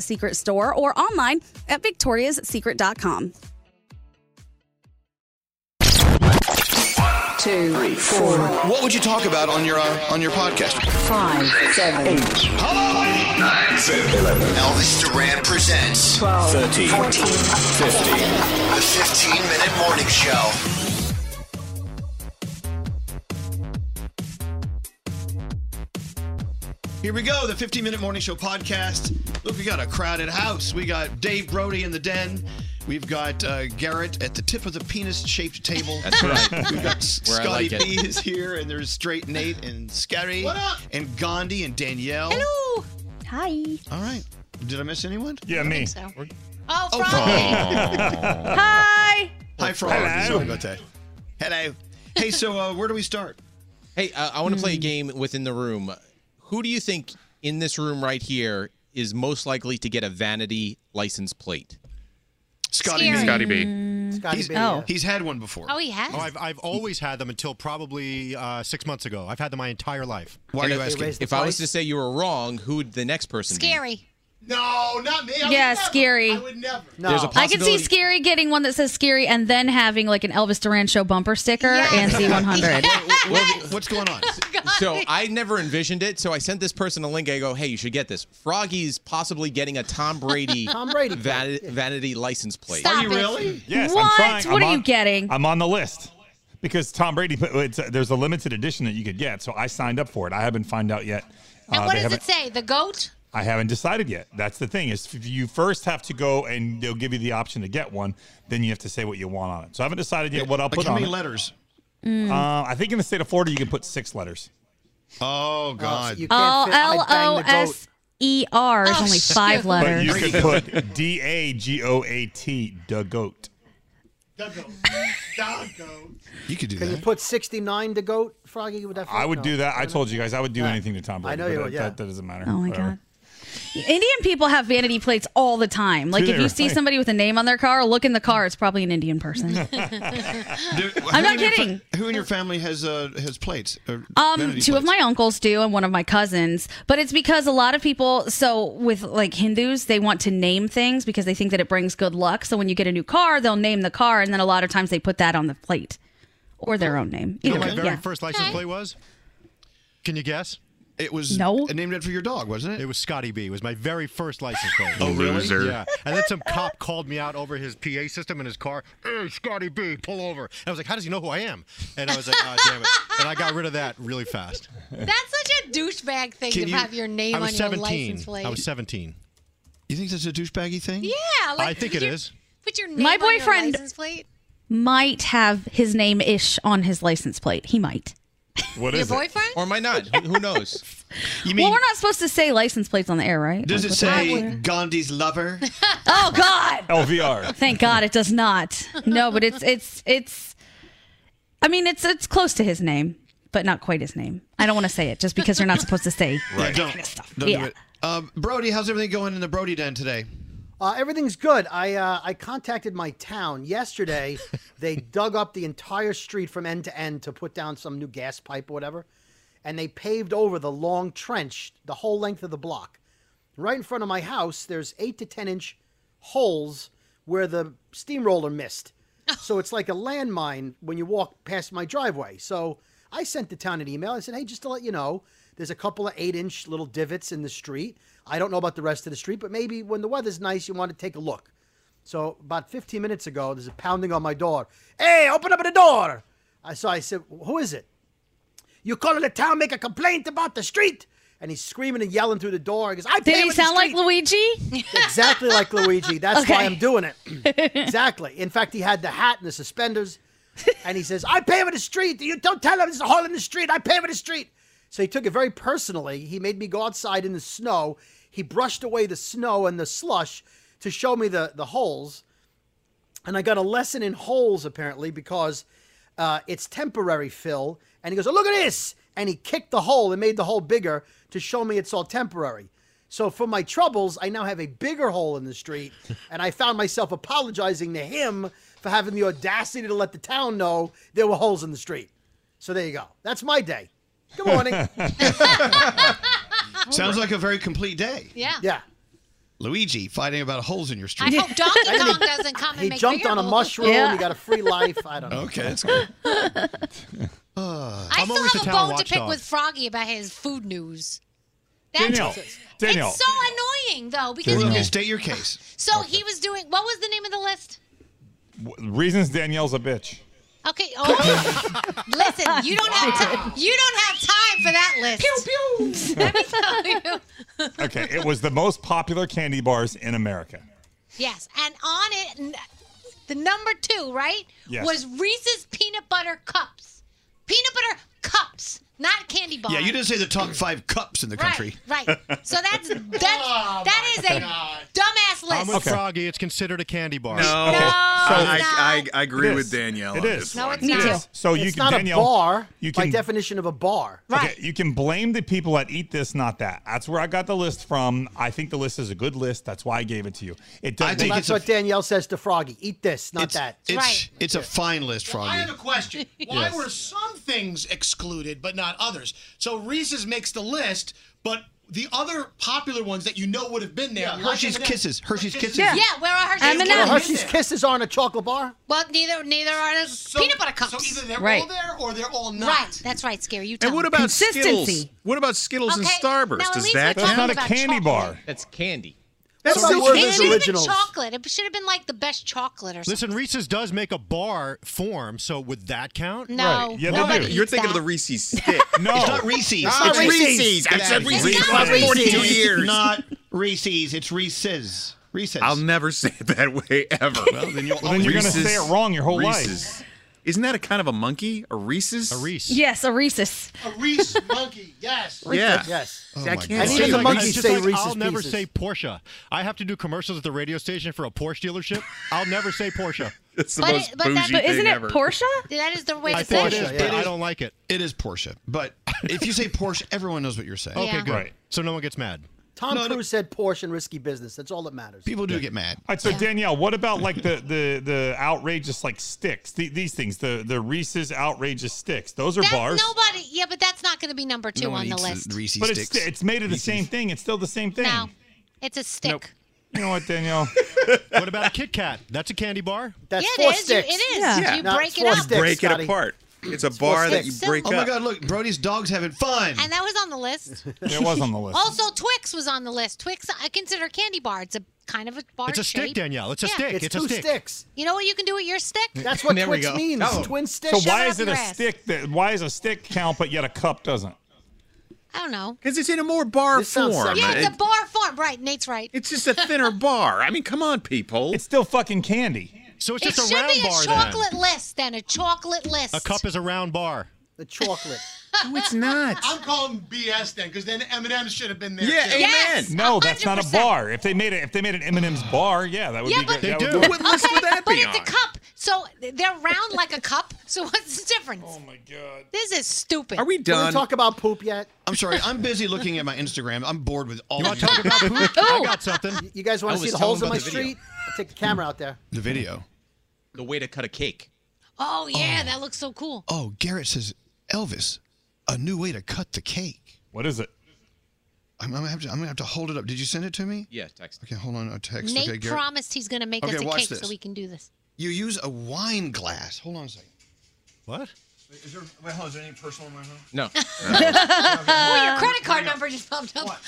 Secret store or online at victoriassecret.com. two, four, What would you talk about on your uh, on your podcast? five, seven, Elvis Duran presents 12, 13, 14, the 15 minute morning show. Here we go, the 15 minute morning show podcast. Look, we got a crowded house. We got Dave Brody in the den. We've got uh, Garrett at the tip of the penis shaped table. That's right. We've got S- Where I Scotty like it. B is here, and there's Straight Nate and Scary and Gandhi and Danielle. Hello. Hi. All right. Did I miss anyone? Yeah, me. Oh, Oh, Frog. Uh, Hi. Hi, Frog. Sorry about that. Hello. Hey, so uh, where do we start? hey, uh, I want to play a game within the room. Who do you think in this room right here is most likely to get a vanity license plate? Scotty. Scary. Scotty. Scotty B. He's, Oh. he's had one before. Oh, he has. Oh, I've, I've always had them until probably uh, six months ago. I've had them my entire life. Why are And you if- asking? If I was to say you were wrong, who would the next person be? Scary. No, not me. I Yeah, would never. scary. I would never. No. There's a I can see possibility- Scary getting one that says Scary and then having like an Elvis Duran show bumper sticker and Yes. C100. What- what's going on? So I never envisioned it. So I sent this person a link. I go, hey, you should get this. Froggy's possibly getting a Tom Brady, Tom Brady plate, vanity, vanity license plate. Stop it. Yes, What? I'm trying. What I'm are you on- getting? I'm on the list because Tom Brady. put- It's, there's a limited edition that you could get, so I signed up for it. I haven't found out yet. And Uh, what they does it haven't- say? The goat? I haven't decided yet. That's the thing is if you first have to go and they'll give you the option to get one. Then you have to say what you want on it. So I haven't decided yet what I'll Like, put how on many it. letters? Uh, I think in the state of Florida you can put six letters. Oh, Oh, Uh, God. so you Oh, can't fit- I'd L bang O the goat. S E R is Oh, only shoot. five But letters. you could put D A G O A T da goat. Duggo. Duggo. you could do Can you that. put 69 to goat, Froggy? Would that fit? I would No. do that. I told you guys I would do anything to Tom Brady. I know but you that, would, yeah. that, that doesn't matter. Oh my Whatever. god. Indian people have vanity plates all the time. Like Do if they you see really? somebody with a name on their car, look in the car. It's probably an Indian person. Do- who I'm not in your fa- kidding. who in your family has uh, has plates? Um, Um, two of my uncles do, and one of my cousins. But it's because a lot of people, so with like Hindus, they want to name things because they think that it brings good luck. So when you get a new car, they'll name the car, and then a lot of times they put that on the plate or their own name. Either You know what my way, very yeah. first license Okay. plate was? Can you guess? It was No. named after your dog, wasn't it? It was Scotty B. It was my very first license plate. Oh, really? Loser. Yeah. And then some cop called me out over his PA system in his car. Hey, Scotty B, pull over. And I was like, how does he know who I am? And I was like, oh, damn it. And I got rid of that really fast. That's such a douchebag thing Can to you- have your name I was on your 17. license plate. I was 17. you think that's a douchebaggy thing? Yeah. yeah, like I think it you- is. Put your name My on your boyfriend- license plate. might have his name ish on his license plate. He might. What Your is it? boyfriend? Or am I not? Who- Who knows? You well, we're not supposed to say license plates on the air, right? does Like, it what the- say Gandhi's lover? Oh God. LVR. Thank God it does not. No, but it's it's it's. I mean, it's it's close to his name, but not quite his name. I don't want to say it just because you're not supposed to say right. Don't, don't Yeah. do it. Um, Brody, how's everything going in the Brody den today? Uh, everything's good. I uh, I contacted my town yesterday. they dug up the entire street from end to end to put down some new gas pipe or whatever, and they paved over the long trench the whole length of the block. Right in front of my house, there's eight to ten inch holes where the steamroller missed. So it's like a landmine when you walk past my driveway. So I sent the town an email. I said, hey, just to let you know, there's a couple of eight inch little divots in the street. I don't know about the rest of the street, but maybe when the weather's nice, you want to take a look. So about 15 minutes ago, there's a pounding on my door. Hey, open up the door! I so I said, who is it? You calling the town, make a complaint about the street? And he's screaming and yelling through the door. He goes, I Did pay he with the sound like street." Luigi? exactly like Luigi. That's Okay. why I'm doing it. exactly. In fact, he had the hat and the suspenders, and he says, "I pay for the street. You don't tell him there's a hole in the street. I pay for the street." So he took it very personally. He made me go outside in the snow. He brushed away the snow and the slush to show me the the holes, and I got a lesson in holes apparently because uh, it's temporary fill. And he goes, "Oh, look at this!" And he kicked the hole and made the hole bigger to show me it's all temporary. So for my troubles, I now have a bigger hole in the street, and I found myself apologizing to him for having the audacity to let the town know there were holes in the street. So there you go. That's my day. Good morning. Sounds like a very complete day. Yeah. yeah. Luigi fighting about holes in your I street. hope Donkey Kong doesn't come and He make jumped bigger on a holes. mushroom. Yeah. He got a free life. I don't know. Okay, that's good. I still have always a the town bone to pick watchdog. with Froggy about his food news. Danielle, Danielle. It's so annoying though because Okay, he, state your case. so he was doing. What was the name of the list? W- Reasons Danielle's a bitch. Okay. Oh, listen, you don't have ti- you don't have time for that list. Pew pew. Let me tell you. Okay, it was the most popular candy bars in America. Yes, and on it, n- the number two right Yes. was Reese's peanut butter cups. Peanut butter cups, not candy bars. Yeah, you didn't say the top five cups in the country. Right, right. So that's that's that is a dumbass I'm list. with Okay. Froggy. It's considered a candy bar. No, Okay, so- I, I, I, I agree It with is. Danielle. It on is. this No, one. it's Me not. too. So Oh, you it's can not Danielle. a bar you by can definition of a bar. right. Okay, you can blame the people that eat this, not that. That's where I got the list from. I think the list is a good list. That's why I gave it to you. It I does. think they- That's a- what Danielle says to Froggy. Eat this, not It's, that. It's, Right. it's a fine list, I Froggy. have a question. Why Yes. were some things excluded but not others? So Reese's makes the list, but the other popular ones that you know would have been there. like Hershey's M&Ms. Kisses. Hershey's Kisses. Yeah, where are Hershey's? M&Ms. peanut- Well, Hershey's Kisses aren't a chocolate bar. Well, neither neither are the So- peanut butter cups. So either they're all Right. there or they're all not. right, that's right. Scary, you. Tell And what me. about Consistency. Skittles? What about Skittles and Okay, now Starburst? at Does least that we're that's count? talking- not a about candy chocolate. bar. That's candy. That's So not it's worth It his candy, should have been originals. chocolate. It should have been like the best chocolate or something. Listen, Reese's does make a bar form, so would that count? no, Right. Yeah, they nobody do. eats You're thinking of that. the Reese's stick. No, It's not Reese's. it's it's Reese's. I said It's Reese's for not the last 42 Reese's, years. not Reese's. It's Reese's. Reese's. Oh I'll never say it that way ever. Well, then you'll Well, then you're gonna say it wrong your whole life. life. Isn't that a kind of a monkey? A Reese's? A Reese. Yes, a Rhesus. A Reese monkey, yes. Yeah. Yes. Oh See, I my can't- God. I It's need the like- monkey it's to just say like, Reese's I'll never Pieces. say Porsche. I have to do commercials at the radio station for a Porsche dealership. I'll never say Porsche. It's the But most it- but that- bougie but But isn't thing it ever. Portia? That is the way I to think say it it. is, Porsche, but yeah. I don't like it. It is Porsche. But if you say Porsche, everyone knows what you're saying. Yeah. Okay, good. Right. So no one gets mad. Tom No, no. Cruise said Porsche and risky business. That's all that matters. People do get mad. All right, so Danielle, what about like the the the outrageous like sticks? The, these things, the the Reese's outrageous sticks. Those are That's bars. nobody. Yeah, but that's not going to be number two No one on the eats list. Reese's but it's sticks. it's made of the same thing. It's still the same thing. no, it's a stick. You know what, Danielle? What about a Kit Kat? That's a candy bar. That's Yeah, four it is. You, it sticks. is. Yeah. You No, break it's it four up. sticks. break it Scotty. apart. It's a bar that you sticks. break oh my up. God! Look, Brody's dog's having fun. And that was on the list. It was on the list. also, Twix was on the list. Twix, I consider candy bar. It's a kind of a bar. It's a stick, shape. Danielle. It's a Yeah. stick. It's, It's, two a stick. sticks. You know what you can do with your stick? That's what There we Twix go. means. Oh. Twin sticks. so Shove why it is up it a your ass. stick that why is a stick count but yet a cup doesn't? I don't know. Because it's in a more bar This sounds form. sexy. Yeah, it's It- a bar form. Right, Nate's right. it's just a thinner bar. I mean, come on, people. It's still fucking candy. So it's It just should a round be a bar chocolate list then. A chocolate list. then. A cup is a round bar. The chocolate. No, it's not. I'm calling BS then, because then M&M's should have been there. Yeah, too. amen. Yes. No, that's not a 100%. bar. If they made it, if they made an M&M's bar, yeah, that would Yeah, be but great. They That do. would What list would that but be it's on? a cup. So they're round like a cup. So what's the difference? Oh my god. This is stupid. Are we Can we done? talk about poop yet? I'm sorry. I'm busy looking at my Instagram. I'm bored with all of I got something. You guys want I to see was the holes in telling my about the video. street? I'll take the camera out there. the video. The way to cut a cake. Oh yeah, that looks so cool. Oh, Garrett says, Elvis, a new way to cut the cake. What is it? I'm, I'm, gonna have to, I'm gonna have to hold it up. Did you send it to me? Yeah, text. Okay, hold on. A text. Nate okay, Garrett. promised he's gonna make Okay, us a watch cake so this. we can do this. You use a wine glass. Hold on a second. What? Wait, Is there, wait, hold on, is there any personal in my home? No. oh, your credit card number just popped up.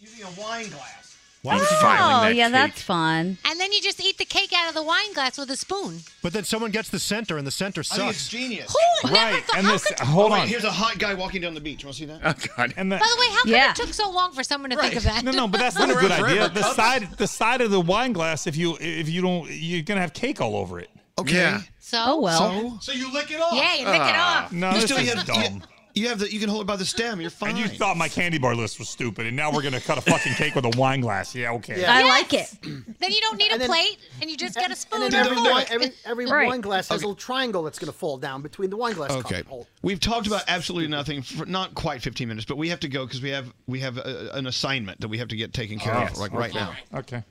Using a wine glass. Why would you do that? Filing Oh, that yeah, cake. that's fun. And then you just eat the cake out of the wine glass with a spoon. But then someone gets the center, and the center I think it's sucks. genius. Who never Right. thought? And how this could- hold Wait, on. here's a hot guy walking down the beach. Want to see that? Oh, God. And the, by the way, how come Yeah. it took so long for someone to think of that? No, no, but that's not a Been good around idea. forever. The side, the side of the wine glass. If you, if you don't, you're gonna have cake all over it. Okay. Yeah. So Oh, well. So So you lick it off. yeah, you lick it off. No, you this still is have, dumb. You, You have the. You can hold it by the stem. You're fine. And you thought my candy bar list was stupid, and now we're gonna cut a fucking cake with a wine glass. Yeah, okay. Yeah. I like it. Then you don't need a plate, and you just get a spoon And and, then every, a wine, fork. every, every Right. wine glass has a little triangle that's going to fall down between the wine glass Okay. cup hole. We've talked about absolutely nothing for not quite 15 minutes, but we have to go because we have we have a, an assignment that we have to get taken care of Yes. like right Okay. now. Okay.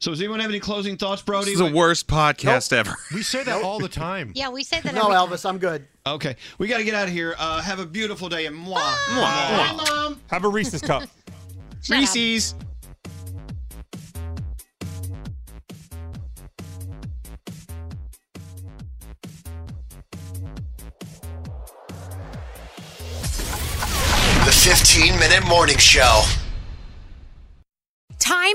So does anyone have any closing thoughts, Brody? This is the worst podcast ever. We say that all the time. Yeah, we say that. No, every time. Elvis, I'm good. Okay, we got to get out of here. Uh, have a beautiful day and moi. Bye, mom. Have a Reese's cup. Shut up. Reese's. The 15 Minute Morning Show. Time